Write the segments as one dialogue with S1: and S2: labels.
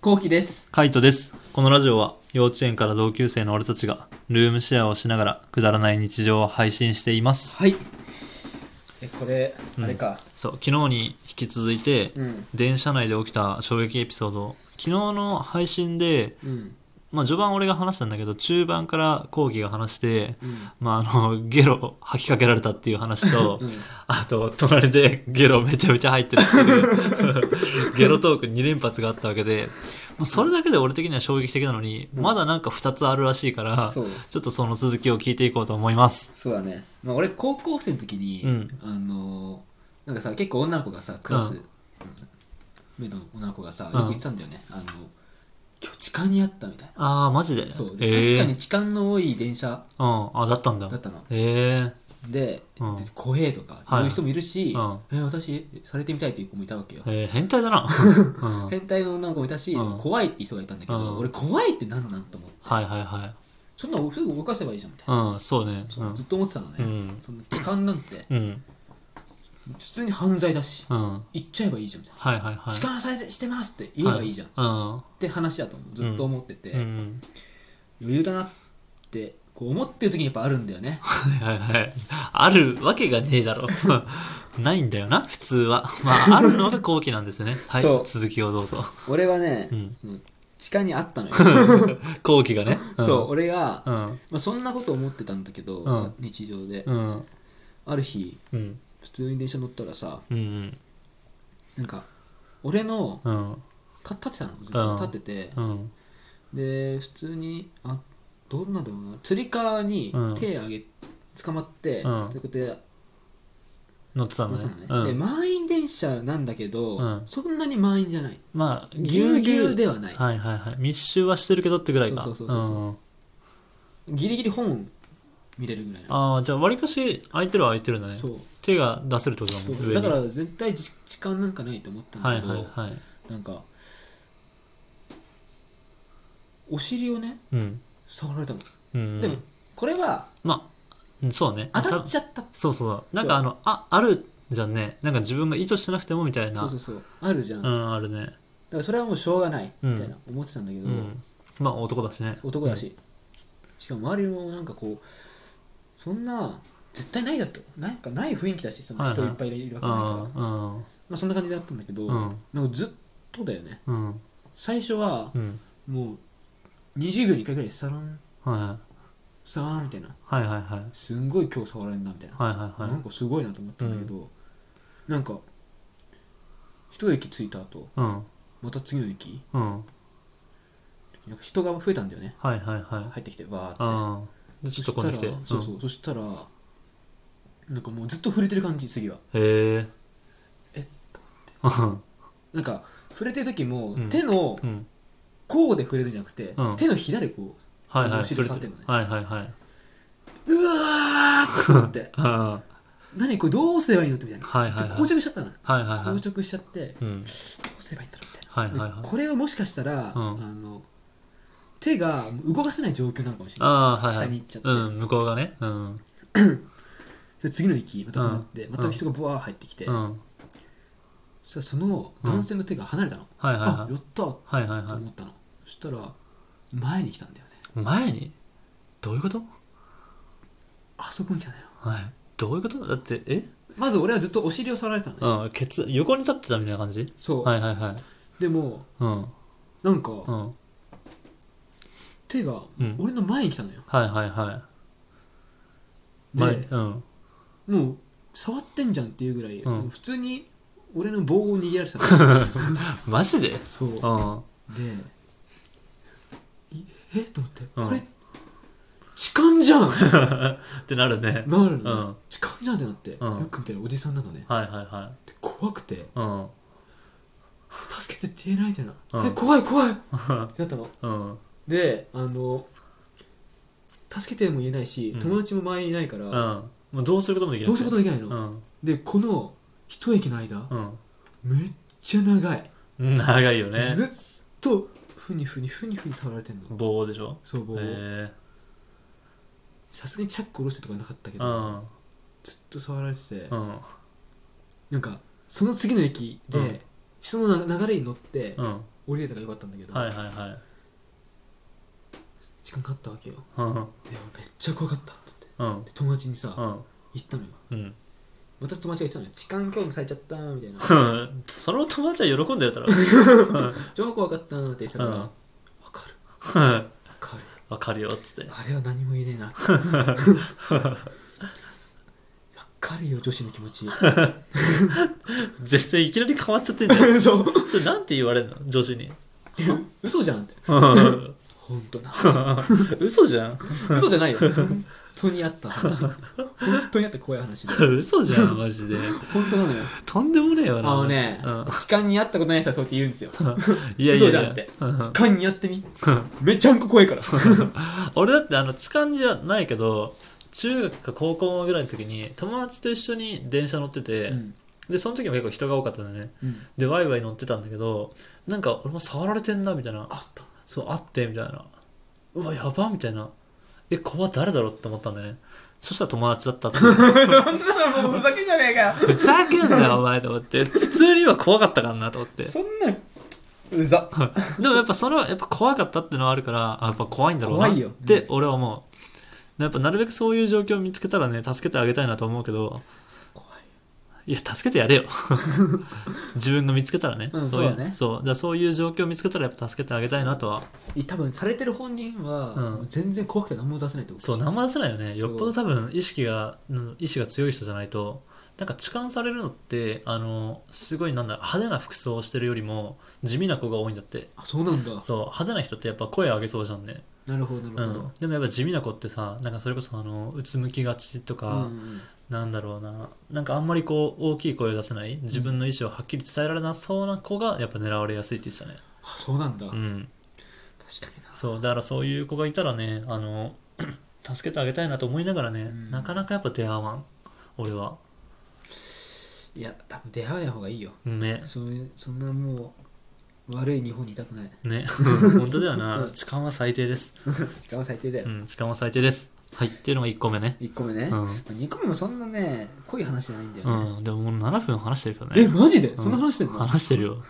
S1: こうきです。
S2: カイトです。このラジオは幼稚園から同級生の俺たちがルームシェアをしながらくだらない日常を配信しています。
S1: はい。え、これ、
S2: うん
S1: あれか。
S2: そう、昨日に引き続いて、
S1: うん。
S2: 電車内で起きた衝撃エピソード、昨日の配信で、
S1: うん。
S2: まあ序盤俺が話したんだけど、中盤からコウキが話して、
S1: うん。
S2: まああの、ゲロ吐きかけられたっていう話と
S1: う、ん。
S2: あと、隣でゲロめちゃめちゃ入ってるって いう、ゲロトーク2連発があったわけで、もうそれだけで俺的には衝撃的なのに、
S1: うん
S2: まだなんか2つあるらしいから、
S1: そう。
S2: ちょっとその続きを聞いていこうと思います。
S1: そうだね。まあ、俺、高校生の時に、
S2: うん
S1: あのー、なんかさ、結構女の子がさ、クラス、目の女の子がさ、よ
S2: うん
S1: く言ってたんだよね。あの、今日痴漢にあったみたい
S2: ああ、マジで
S1: な。そう。
S2: え
S1: で
S2: ー、
S1: 確かに痴漢の多い電車
S2: うん、あ、だったんだ。
S1: だったの。
S2: ええ
S1: で、
S2: うん
S1: で怖えとか、
S2: はい
S1: 言う人もいるし、
S2: うん
S1: え、私、されてみたいっていう子もいたわけよ。
S2: えー、変態 だな。うん、はい
S1: 変態の女の子もいたし、
S2: うん
S1: 怖いって人がいたんだけど、
S2: うん
S1: 俺怖いってなんなんと思って
S2: はいは
S1: そんなのすぐ動かせばいいじゃんみたい
S2: い。うん、そうね。う
S1: な、ずっと思ってたのね、
S2: うん
S1: そんな痴漢なんて
S2: ん。うん。
S1: 普通に犯罪だし
S2: うん。
S1: 言っちゃえばいいじゃんみたい
S2: はいはいは。
S1: ない痴漢されてしてますって言えばいいじゃん、っ
S2: は
S1: て話だと思うずっと思ってて、
S2: い。うん。うん。
S1: 余裕だなってこう思ってる時にやっぱあるんだよね
S2: はいはいはい。あるわけがねえだろ。 ないんだよな、普通は。まあ、あるのが後期なんで すね。はい
S1: そう、
S2: 続きをどうぞ。
S1: 俺はね、
S2: うん
S1: その痴漢にあったのよ
S2: 後期がね。ん
S1: そう。俺が、
S2: うん。
S1: まあ、そんなこと思ってたんだけど、
S2: うん
S1: 日常で、
S2: うん。
S1: ある日
S2: うん。
S1: 普通に電車乗ったらさ
S2: うん。
S1: なんか俺の
S2: うん。
S1: か立ってたのずっと立ってて、
S2: うん。
S1: で普通にあどんなだろうな釣り革に
S2: うん
S1: 手上げ捕まって、
S2: うん
S1: ということで
S2: 乗ってたの
S1: 乗っ
S2: ね
S1: てたのね。
S2: う
S1: で
S2: ん。
S1: 満員電車なんだけど、
S2: うん
S1: そんなに満員じゃない
S2: まあ、
S1: ぎ
S2: ぎ
S1: ゅ
S2: ゅ
S1: う
S2: う
S1: ぎ
S2: ぎ
S1: ゅ
S2: ゅ
S1: う
S2: う
S1: ではない、
S2: はいはいはい。密集はしてるけどってぐらいか。
S1: そうそうそうそう
S2: うん
S1: ギリギリ本見れるぐらいな
S2: ああ、じゃあ、わりかし空いてるは空いてるんだね
S1: そ。う
S2: 手が出せるってことだ
S1: そ
S2: もん
S1: う
S2: 上
S1: だ
S2: に
S1: から絶対時時間なんかないと思ったん
S2: は
S1: だ
S2: い
S1: けど、
S2: はいはい。
S1: なんかお尻をね
S2: うん。
S1: 触られたの、
S2: うん。
S1: でもこれは
S2: まあうん、そうね。
S1: 当たっちゃった
S2: そうそう。なんかあの、あ、あるじゃんね。なんか自分が意図してなくてもみたいな。
S1: そうそうそうあるじゃん、
S2: う
S1: だ
S2: ん、あるね。
S1: からそれはもうしょうがないみたいな
S2: う
S1: 思ってたんだけど、
S2: うん。まあ男だしね。
S1: 男だし、しかも周りもなんかこうそんな絶対ないだとなんかない雰囲気だしその人
S2: はい
S1: いっ
S2: はい
S1: ぱいいるわ
S2: う
S1: けだから、
S2: ん。うん。
S1: まあ、そんな感じだったんだけど、
S2: うん
S1: なんかずっとだよね
S2: うん。
S1: 最初は
S2: うん。
S1: もう20秒に1回ぐらいサロン
S2: は
S1: サーンみたいない
S2: はいはいはい。
S1: すんごい今日触られるなみたいな、
S2: はいはいは
S1: ないん。かすごいなと思ったんだけど、なんか一駅着いた後
S2: うん。
S1: また次の駅
S2: うん。
S1: なんか人が増えたんだよね
S2: はいはいは
S1: 入ってきてわーって
S2: い。うん。でちょっとこんできて。
S1: そしたらそうそう、そしたらなんかもうずっと触れてる感じ次は
S2: うん。へえ。
S1: えっ
S2: うん。
S1: なんか触れてる時も、
S2: うん
S1: 手の
S2: うん。
S1: 甲で触れるんじゃなくて、
S2: うん
S1: 手のひらでこ
S2: はいはい。
S1: お尻触ってんのね
S2: はいはいはい。
S1: ううわーって思って
S2: うん。はい
S1: 何これどうすればいいのってみたいな、
S2: はいはい。
S1: で硬直しちゃったの、
S2: はいはいはい。
S1: 硬直しちゃってど
S2: うん。
S1: うすればいいんだろうみたいな、
S2: はいはいはい
S1: で。これはもしかしたら、
S2: うん
S1: あの手が動かせない状況なのかもしれない
S2: ああ、はいは
S1: 下に
S2: い。
S1: 行っちゃって、
S2: うん、向こうがね。うん。
S1: で次の息また止まって、
S2: うん
S1: また人がブワー入ってきて、
S2: うん。
S1: そしたらその男性の手が離れたの、
S2: はいはい
S1: あ
S2: は
S1: や
S2: い。
S1: ったー
S2: はいはい
S1: と
S2: は
S1: 思ったのそしたら前に来たんだよね
S2: い。前にどういうこと
S1: あそこに来たのよ
S2: はい。どういうことだって、え
S1: まず俺はずっとお尻を触られてたのね
S2: うん、ケツ、横に立ってたみたいな感じ
S1: そう、
S2: はいはいはい。
S1: でも
S2: うん。
S1: なんか
S2: うん。
S1: 手が
S2: うん
S1: 俺の前に来たのよ、
S2: はいはいは
S1: う
S2: い。前に、うん。
S1: もう触ってんじゃんっていうぐらい、
S2: うん
S1: 普通に俺の棒を握られてたの
S2: マジで
S1: そうで
S2: うん。
S1: いえと思って、
S2: うん
S1: これ痴漢 じゃん
S2: ってなるね。
S1: なる
S2: う
S1: の、
S2: ん
S1: 痴漢じゃんってなって、
S2: うん
S1: よく見たらおじさんなのね
S2: はいはいは
S1: で怖くて
S2: い。うん。
S1: 助けてって言えないでな、
S2: うん
S1: え怖い怖いってなったの
S2: うん。
S1: であの助けても言えないし、
S2: うん
S1: 友達も周りにいないから、
S2: うん。もうどうすることもできない。
S1: どうすることもできないの、
S2: うん。
S1: でこの一駅の間、
S2: うん。
S1: めっちゃ長い、
S2: 長いよね。
S1: ずっとふにふにふにふに触られてんの
S2: 棒でしょ
S1: そう棒を
S2: え
S1: さすがにチャック下ろしてとかなかったけ
S2: え。う
S1: ど、
S2: ん。
S1: ずっと触られてて、
S2: うん。
S1: なんかその次の駅で、
S2: うん
S1: 人のな流れに乗って、
S2: うん。
S1: 降りれたからよかったんだけど、
S2: はいはいはい
S1: 時間かかったわけよ
S2: うん
S1: でめっちゃ怖かったって言
S2: うん
S1: ってで友達にさ、
S2: うん
S1: 言ったのよ
S2: うん
S1: また友達が言ってたのよ時間興奮されちゃったみたいな
S2: その友達は喜んでるだろう
S1: 超怖かったって言ってたから、
S2: うん
S1: わかる
S2: うん
S1: わかる
S2: わかるよっつって
S1: あれは何も言え ねえなってわかるよ女子の気持 ち
S2: 絶対いきなり変わっちゃってんじゃ ん
S1: そう
S2: それなんて言われるの女子に
S1: いや嘘じゃんって
S2: うん
S1: 本当な
S2: 嘘じゃん
S1: 嘘じゃないよ本当にあった話本当にあった怖い話で
S2: 嘘じゃんマジで
S1: 本当なのよ
S2: とんでもねえよ
S1: あ
S2: な
S1: のね、
S2: うん
S1: 痴漢にあったことない人はそうやって言うんですよ
S2: いやい
S1: 嘘
S2: やい
S1: じゃん
S2: や
S1: って
S2: うん
S1: 痴漢にやってみめちゃんこ怖いから
S2: 俺だってあの痴漢じゃないけど中学か高校ぐらいの時に友達と一緒に電車乗ってて、
S1: うん
S2: でその時も結構人が多かったんだよね
S1: うん
S2: でワイワイ乗ってたんだけどなんか俺も触られてんなみたいな
S1: あった
S2: そうあってみたいなうわやばみたいなえ怖い誰だろうって思ったんだよねそしたら友達だったっていう
S1: そんなのもうふざけじゃねえかよ
S2: ふざけんなよお前と思って普通に今怖かったからなと思って
S1: そんなうざ
S2: でもやっぱそれはやっぱ怖かったってのはあるからあやっぱ怖いんだろうな
S1: 怖
S2: っ
S1: いよ
S2: て俺は思うやっぱなるべくそういう状況を見つけたらね助けてあげたいなと思うけど
S1: 怖い
S2: いや助けてや れよ自分が見つけたらね、
S1: うん
S2: い
S1: そうだね
S2: そうだからそういう状況を見つけたらやっぱ助けてあげたいなとは
S1: 多分されてる本人は、
S2: うん
S1: 全然怖くて何も出せないと思
S2: そう何も出せないよね
S1: そ
S2: よ
S1: う
S2: っぽど多分意識がうん意志が強い人じゃないとなんか痴漢されるのってあのすごいなんだ派手な服装をしてるよりも地味な子が多いんだって
S1: あそうなんだ
S2: そう派手な人ってやっぱ声上げそうじゃんね
S1: なるほどな
S2: う
S1: るほど
S2: ん、でもやっぱ地味な子ってさなんかそれこそあのうつむきがちと
S1: うん
S2: か、
S1: うん
S2: なんだろうななんかあんまりこう大きい声を出せない自分の意思をはっきり伝えられなそうな子がやっぱ狙われやすいって言ってたね
S1: あそうなんだ、
S2: うん
S1: 確かにな
S2: そうだからそういう子がいたらねあの 助けてあげたいなと思いながらね、
S1: ん
S2: なかなかやっぱ出会わん俺はい
S1: や多分出会わない方がいいよ
S2: ね
S1: そういうそんなもう悪い日本にいたくない
S2: ね本当だよ
S1: う
S2: なん痴漢は最低です
S1: 時間は最低だよ、
S2: うん痴漢は最低ですはいっていうのが1個目ね
S1: 1個目ね、
S2: う
S1: ま
S2: ん、
S1: あ2個目もそんなね濃い話じゃないんだよね、
S2: うん、でももう7分話してるから
S1: え
S2: ね
S1: マジで
S2: ん
S1: そんな話してんの、
S2: 話してるよ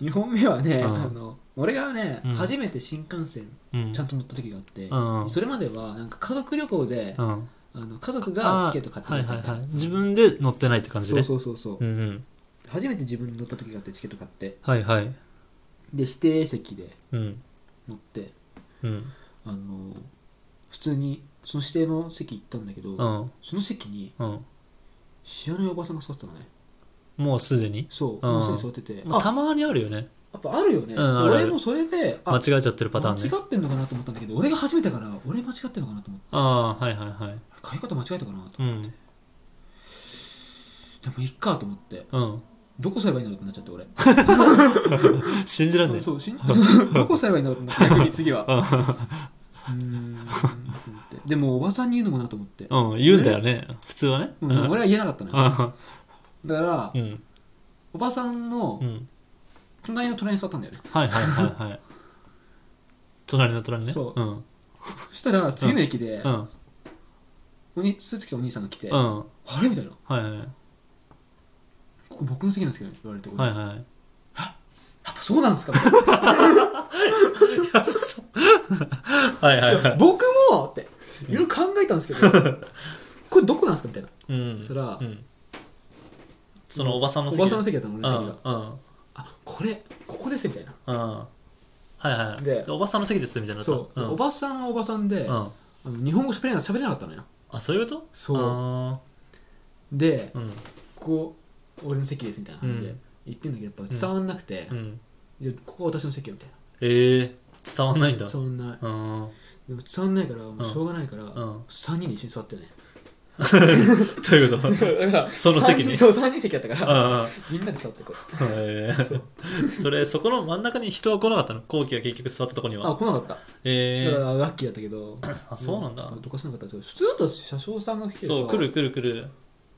S1: 2本目はね、
S2: うん
S1: あの俺がね、
S2: うん
S1: 初めて新幹線
S2: うん
S1: ちゃんと乗った時があって、
S2: うん
S1: それまではなんか家族旅行で、
S2: うん
S1: あの家族がチケット買ってく
S2: は
S1: れ
S2: い
S1: た
S2: は
S1: み
S2: い
S1: たい
S2: は
S1: ない
S2: 自分で乗ってないって感じ
S1: そ
S2: で
S1: うそうそうそう、
S2: うんうん
S1: 初めて自分に乗った時があってチケット買って
S2: はいはい
S1: で指定席で
S2: うん
S1: 乗って
S2: うん
S1: あの普通にその指定の席行ったんだけど、
S2: うん
S1: その席に
S2: うん
S1: 知らないおばさんが座ってたのね
S2: もうすでに
S1: そう、
S2: うん
S1: もうすでに座ってて、
S2: まあ
S1: あ
S2: たまにあるよね
S1: やっぱあるよね、
S2: うんあるある
S1: 俺もそれであ
S2: 間違えちゃってるパターンね
S1: 間違ってんのかなと思ったんだけど俺が初めてだから俺間違ってんのかなと思って
S2: ああはいはいはい
S1: 買い方間違えたかなと、
S2: うん
S1: でもいっかと思って
S2: うん
S1: どこすればいいんだろうってなっちゃって俺
S2: 信じらんねえ
S1: そうしん どこすればいいんだろうってなっちゃって次 はうーんと思ってでもおばさんに言うのもなと思って、
S2: うん言うんだよね普通はね
S1: う
S2: うんん
S1: 俺は言えなかったのよだから、
S2: うん
S1: おばさんの
S2: うん
S1: 隣の隣に座ったんだよね
S2: はいはいはいはい隣の隣ね
S1: そう
S2: うん
S1: そしたら次の駅で、
S2: うん
S1: おにスーツ着たお兄さんが来て、
S2: う
S1: あ
S2: ん
S1: れみたいな
S2: はいはい
S1: ここ僕の席なんですけどね言われて、
S2: はい
S1: やっ
S2: はい
S1: ぱそうなんですか
S2: はいはいはい
S1: 僕もっていろいろ考えたんですけ どこれどこなんですかみたいな
S2: うん
S1: そら
S2: うんそのおばさんの
S1: お
S2: 席
S1: ばさんの席だったの俺の
S2: う
S1: 席
S2: ん
S1: が
S2: うん
S1: あこれここですみたいな
S2: うんはいはい
S1: で
S2: でおばさんの席ですみたいになった
S1: そう、
S2: ん
S1: おばさんはおばさんで、
S2: う
S1: あ
S2: ん
S1: の日本語喋れな喋れなかったのよ
S2: あそういうこと
S1: そう
S2: あ
S1: で
S2: ーうん
S1: ここ俺の席ですみたいな感じ
S2: う
S1: で
S2: ん
S1: 言ってんだけどやっぱ伝わんなくて
S2: う、ん
S1: でここは私の席よみたい
S2: ええ伝わんないんだ
S1: な伝わんない
S2: うん
S1: でも伝わんないからもうしょうがないから、
S2: ん
S1: 3人で一緒に座ってね
S2: どういう こと
S1: だから
S2: その席に
S1: 三人そう3人席だったから
S2: ああ
S1: みんなで座ってこう
S2: ええそれそこの真ん中に人は来なかったの後期が結局座ったとこに
S1: あ
S2: は
S1: 来なかった
S2: ええ
S1: だからラッキーだったけど
S2: あそうなんだ
S1: ちょっとどかさなかったんですけど普通だったら車掌さんが来てさ
S2: そう来る来る来る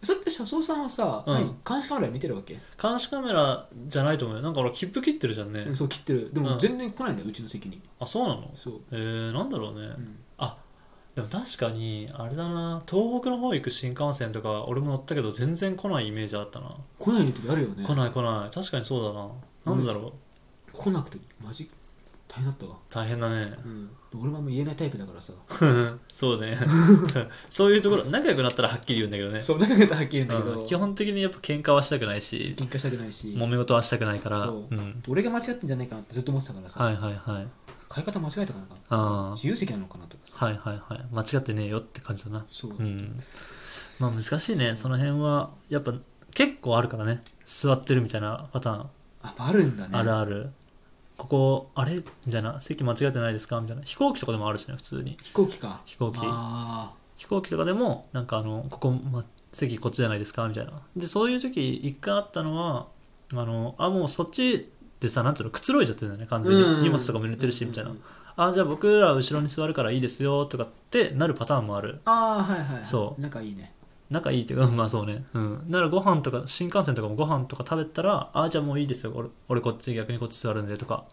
S1: それって車掌さんはさ、
S2: うん
S1: 何監視カメラ見てるわけ、
S2: 監視カメラじゃないと思うよなんか俺切符切ってるじゃんね
S1: そう切ってるでも
S2: うん
S1: 全然来ないんだようちの席に
S2: あそうなの
S1: そう、
S2: ええなんだろう
S1: う
S2: ね
S1: ん
S2: あでも確かにあれだな東北の方行く新幹線とか俺も乗ったけど全然来ないイメージあったな
S1: 来ない時あるよね
S2: 来ない来ない確かにそうだななんだろ
S1: 来なくてマジ大変だったわ、
S2: 大変だね
S1: うん、俺はもう言えないタイプだからさ
S2: そうね そういうところ仲良くなったらはっきり言うんだけどね
S1: そう仲良くはっきり言うんだけど、
S2: うん基本的にやっぱ喧嘩はしたくないし
S1: 喧嘩したくないし
S2: 揉め事はしたくないから
S1: そ
S2: ん、
S1: 俺が間違ってんじゃないかなってずっと思ってたからさ、
S2: はいはいはい
S1: 買い方間違えたかな
S2: あ
S1: 自由席なのかなとかさ
S2: はいはいはい間違ってねえよって感じだな
S1: そう、
S2: うんまあ難しいねその辺はやっぱ結構あるからね座ってるみたいなパターン
S1: ああるんだね
S2: あるある、ここあれみたいな席間違えてないですかみたいな飛行機とかでもあるしね普通に
S1: 飛行機か
S2: 飛行機
S1: あ
S2: 飛行機とかでもなんかあのここ、ま、席こっちじゃないですかみたいなでそういう時一回あったのはあのあもうそっちでさなんつうのくつろいちゃってるんだよね完
S1: あ
S2: 全に、荷物とかも入れてるしみたいな、あじゃあ僕ら後ろに座るからいいですよとかってなるパターンもある
S1: ああはいはいはい
S2: そう
S1: 仲いいね
S2: 仲いいっていうか まあそうねうんならご飯とか新幹線とかもご飯とか食べたらあじゃあもういいですよ俺俺こっち逆にこっち座るんでとか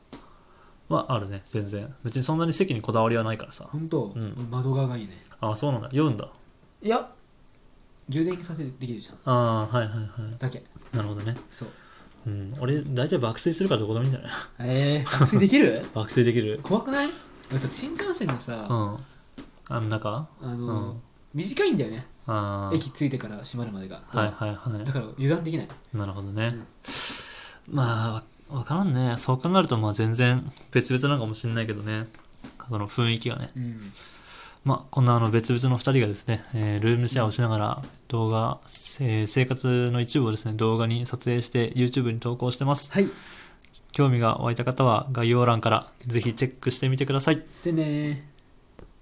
S2: はあるね全然別にそんなに席にこだわりはないからさ
S1: 本当、
S2: うん
S1: 窓側がいいね
S2: あそうなんだ酔うんだ
S1: いや充電させてできるじゃん
S2: ああーはいはいは
S1: だけ
S2: いなるほどね
S1: そう
S2: うん俺大体爆睡するからどこでもいいんじゃない
S1: ええー、できる
S2: 爆睡できる
S1: 怖くない俺さ新幹線のさ、
S2: うんあの中
S1: あ
S2: う
S1: の、
S2: ん
S1: 短いんだよね
S2: ああ
S1: 駅着いてから閉まるまでが、
S2: はいはいはい
S1: だから油断できない
S2: なるほどね。まあ、わわからんね。そう考えると、まあ全然別々なのかもしれないけどね。その雰囲気がね。
S1: うん
S2: まあ、こんなあの別々の2人がですね、えールームシェアをしながら動画、えー生活の一部をですね、動画に撮影して YouTube に投稿してます。
S1: はい
S2: 興味が湧いた方は概要欄からぜひチェックしてみてください。
S1: でねー